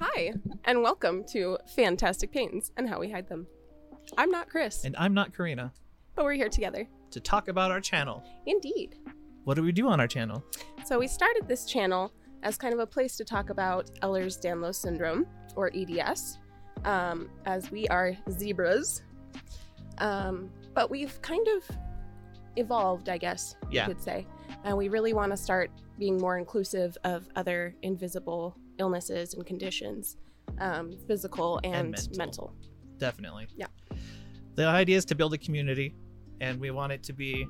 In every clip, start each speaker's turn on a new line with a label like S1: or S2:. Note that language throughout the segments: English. S1: Hi, and welcome to Fantastic Pains and How We Hide Them. I'm not Chris,
S2: And I'm not Karina
S1: but we're here together.
S2: to talk about our channel.
S1: Indeed.
S2: What do we do on our channel?
S1: So, we started this channel as kind of a place to talk about Ehlers Danlos syndrome, or EDS, um, as we are zebras. Um, but we've kind of evolved, I guess
S2: Yeah.
S1: you could say. And we really want to start being more inclusive of other invisible illnesses and conditions, um, physical and,
S2: mental.
S1: mental.
S2: Definitely.
S1: Yeah.
S2: The idea is to build a community, and we want it to be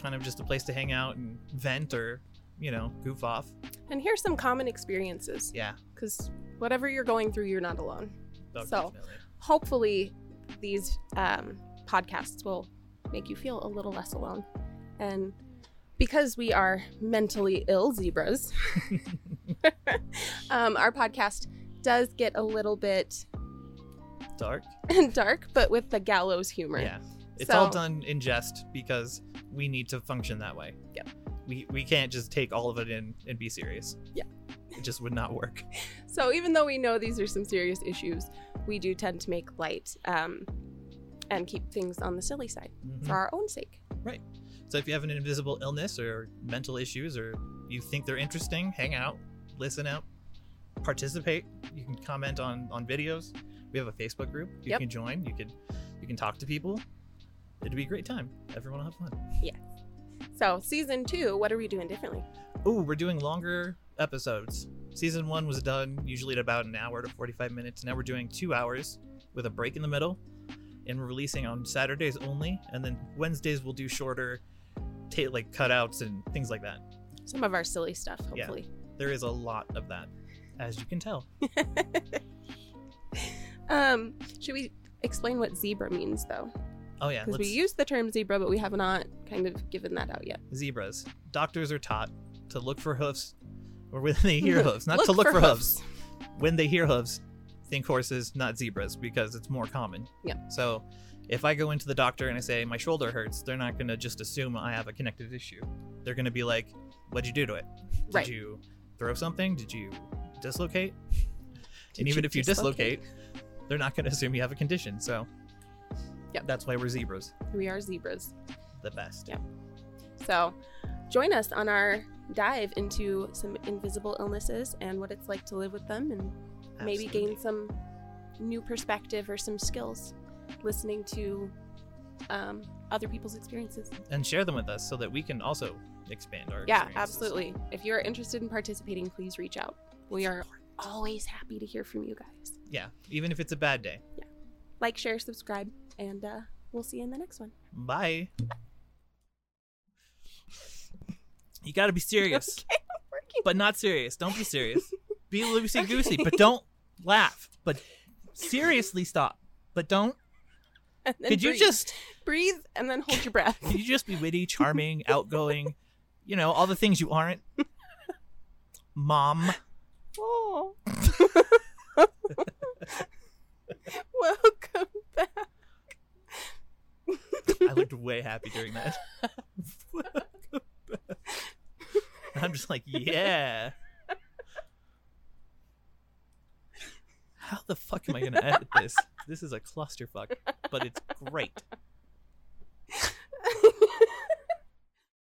S2: kind of just a place to hang out and vent or, you know, goof off.
S1: And here's some common experiences.
S2: Yeah.
S1: because whatever you're going through, you're not alone.
S2: oh,
S1: So-
S2: definitely.
S1: Hopefully, these um, podcasts will make you feel a little less alone. And because we are mentally ill zebras, um, our podcast does get a little bit
S2: dark.
S1: dark, but with the gallows humor.
S2: Yeah. It's all
S1: So-
S2: done in jest because we need to function that way.
S1: Yep.
S2: We we can't just take all of it in and be serious.
S1: Yeah.
S2: It just would not work.
S1: So even though we know these are some serious issues, we do tend to make light um, and keep things on the silly side
S2: Mhm.
S1: for our own sake.
S2: So if you have an invisible illness or mental issues or you think they're interesting, hang out, listen out, participate. You can comment on on videos. We have a Facebook group. You
S1: Yep.
S2: can join. You can you can talk to people. It'd be a great time. Everyone will have fun.
S1: So season two, what are we doing differently?
S2: Ooh, we're doing longer episodes. Season one was done usually at about an hour to 45 minutes. Now we're doing two hours with a break in the middle. And we're releasing on Saturdays only. And then Wednesdays we'll do shorter, ta- like cutouts and things like that.
S1: Some of our silly stuff,
S2: Yeah.
S1: hopefully.
S2: There is a lot of that, as you can tell.
S1: Um, should we explain what zebra means though?
S2: Oh yeah,
S1: Because
S2: let's,
S1: we use the term zebra, but we have not kind of given that out yet.
S2: zebras. Doctors are taught to look for hoofs, or when they hear hoofs, not to
S1: Look
S2: look
S1: for
S2: for, hoofs. When they hear hoofs, think horses, not zebras, because it's more common.
S1: Yeah.
S2: So, if I go into the doctor and I say my shoulder hurts, they're not going to just assume I have a connective issue. They're going to be like, "What'd you do to it? Did
S1: Right.
S2: you throw something? Did you dislocate?"
S1: Did
S2: and even if you
S1: dislocate?
S2: dislocate, they're not going to assume you have a condition. So,
S1: Yep.
S2: that's why we're zebras.
S1: we are zebras.
S2: the best.
S1: Yeah. So join us on our dive into some invisible illnesses and what it's like to live with them and maybe gain some new perspective or some skills listening to um, other people's experiences.
S2: and share them with us so that we can also expand our
S1: Yeah,
S2: experiences.
S1: absolutely. If you're interested in participating, please reach out. We are always happy to hear from you guys.
S2: Yeah, even if it's a bad day.
S1: like, share, subscribe, and uh, we'll see you in the next one.
S2: Bye. You got to be serious,
S1: Okay, I'm working.
S2: but not serious. Don't be serious. Be loosey goosey, but don't laugh. But seriously, stop. But don't.
S1: And then
S2: could you
S1: breathe.
S2: just?
S1: breathe and then hold your breath?
S2: Could you just be witty, charming, outgoing? You know all the things you aren't. Mom.
S1: oh. Welcome back.
S2: I looked way happy during that. I'm just like, yeah. How the fuck am I gonna edit this? This is a clusterfuck, but it's great.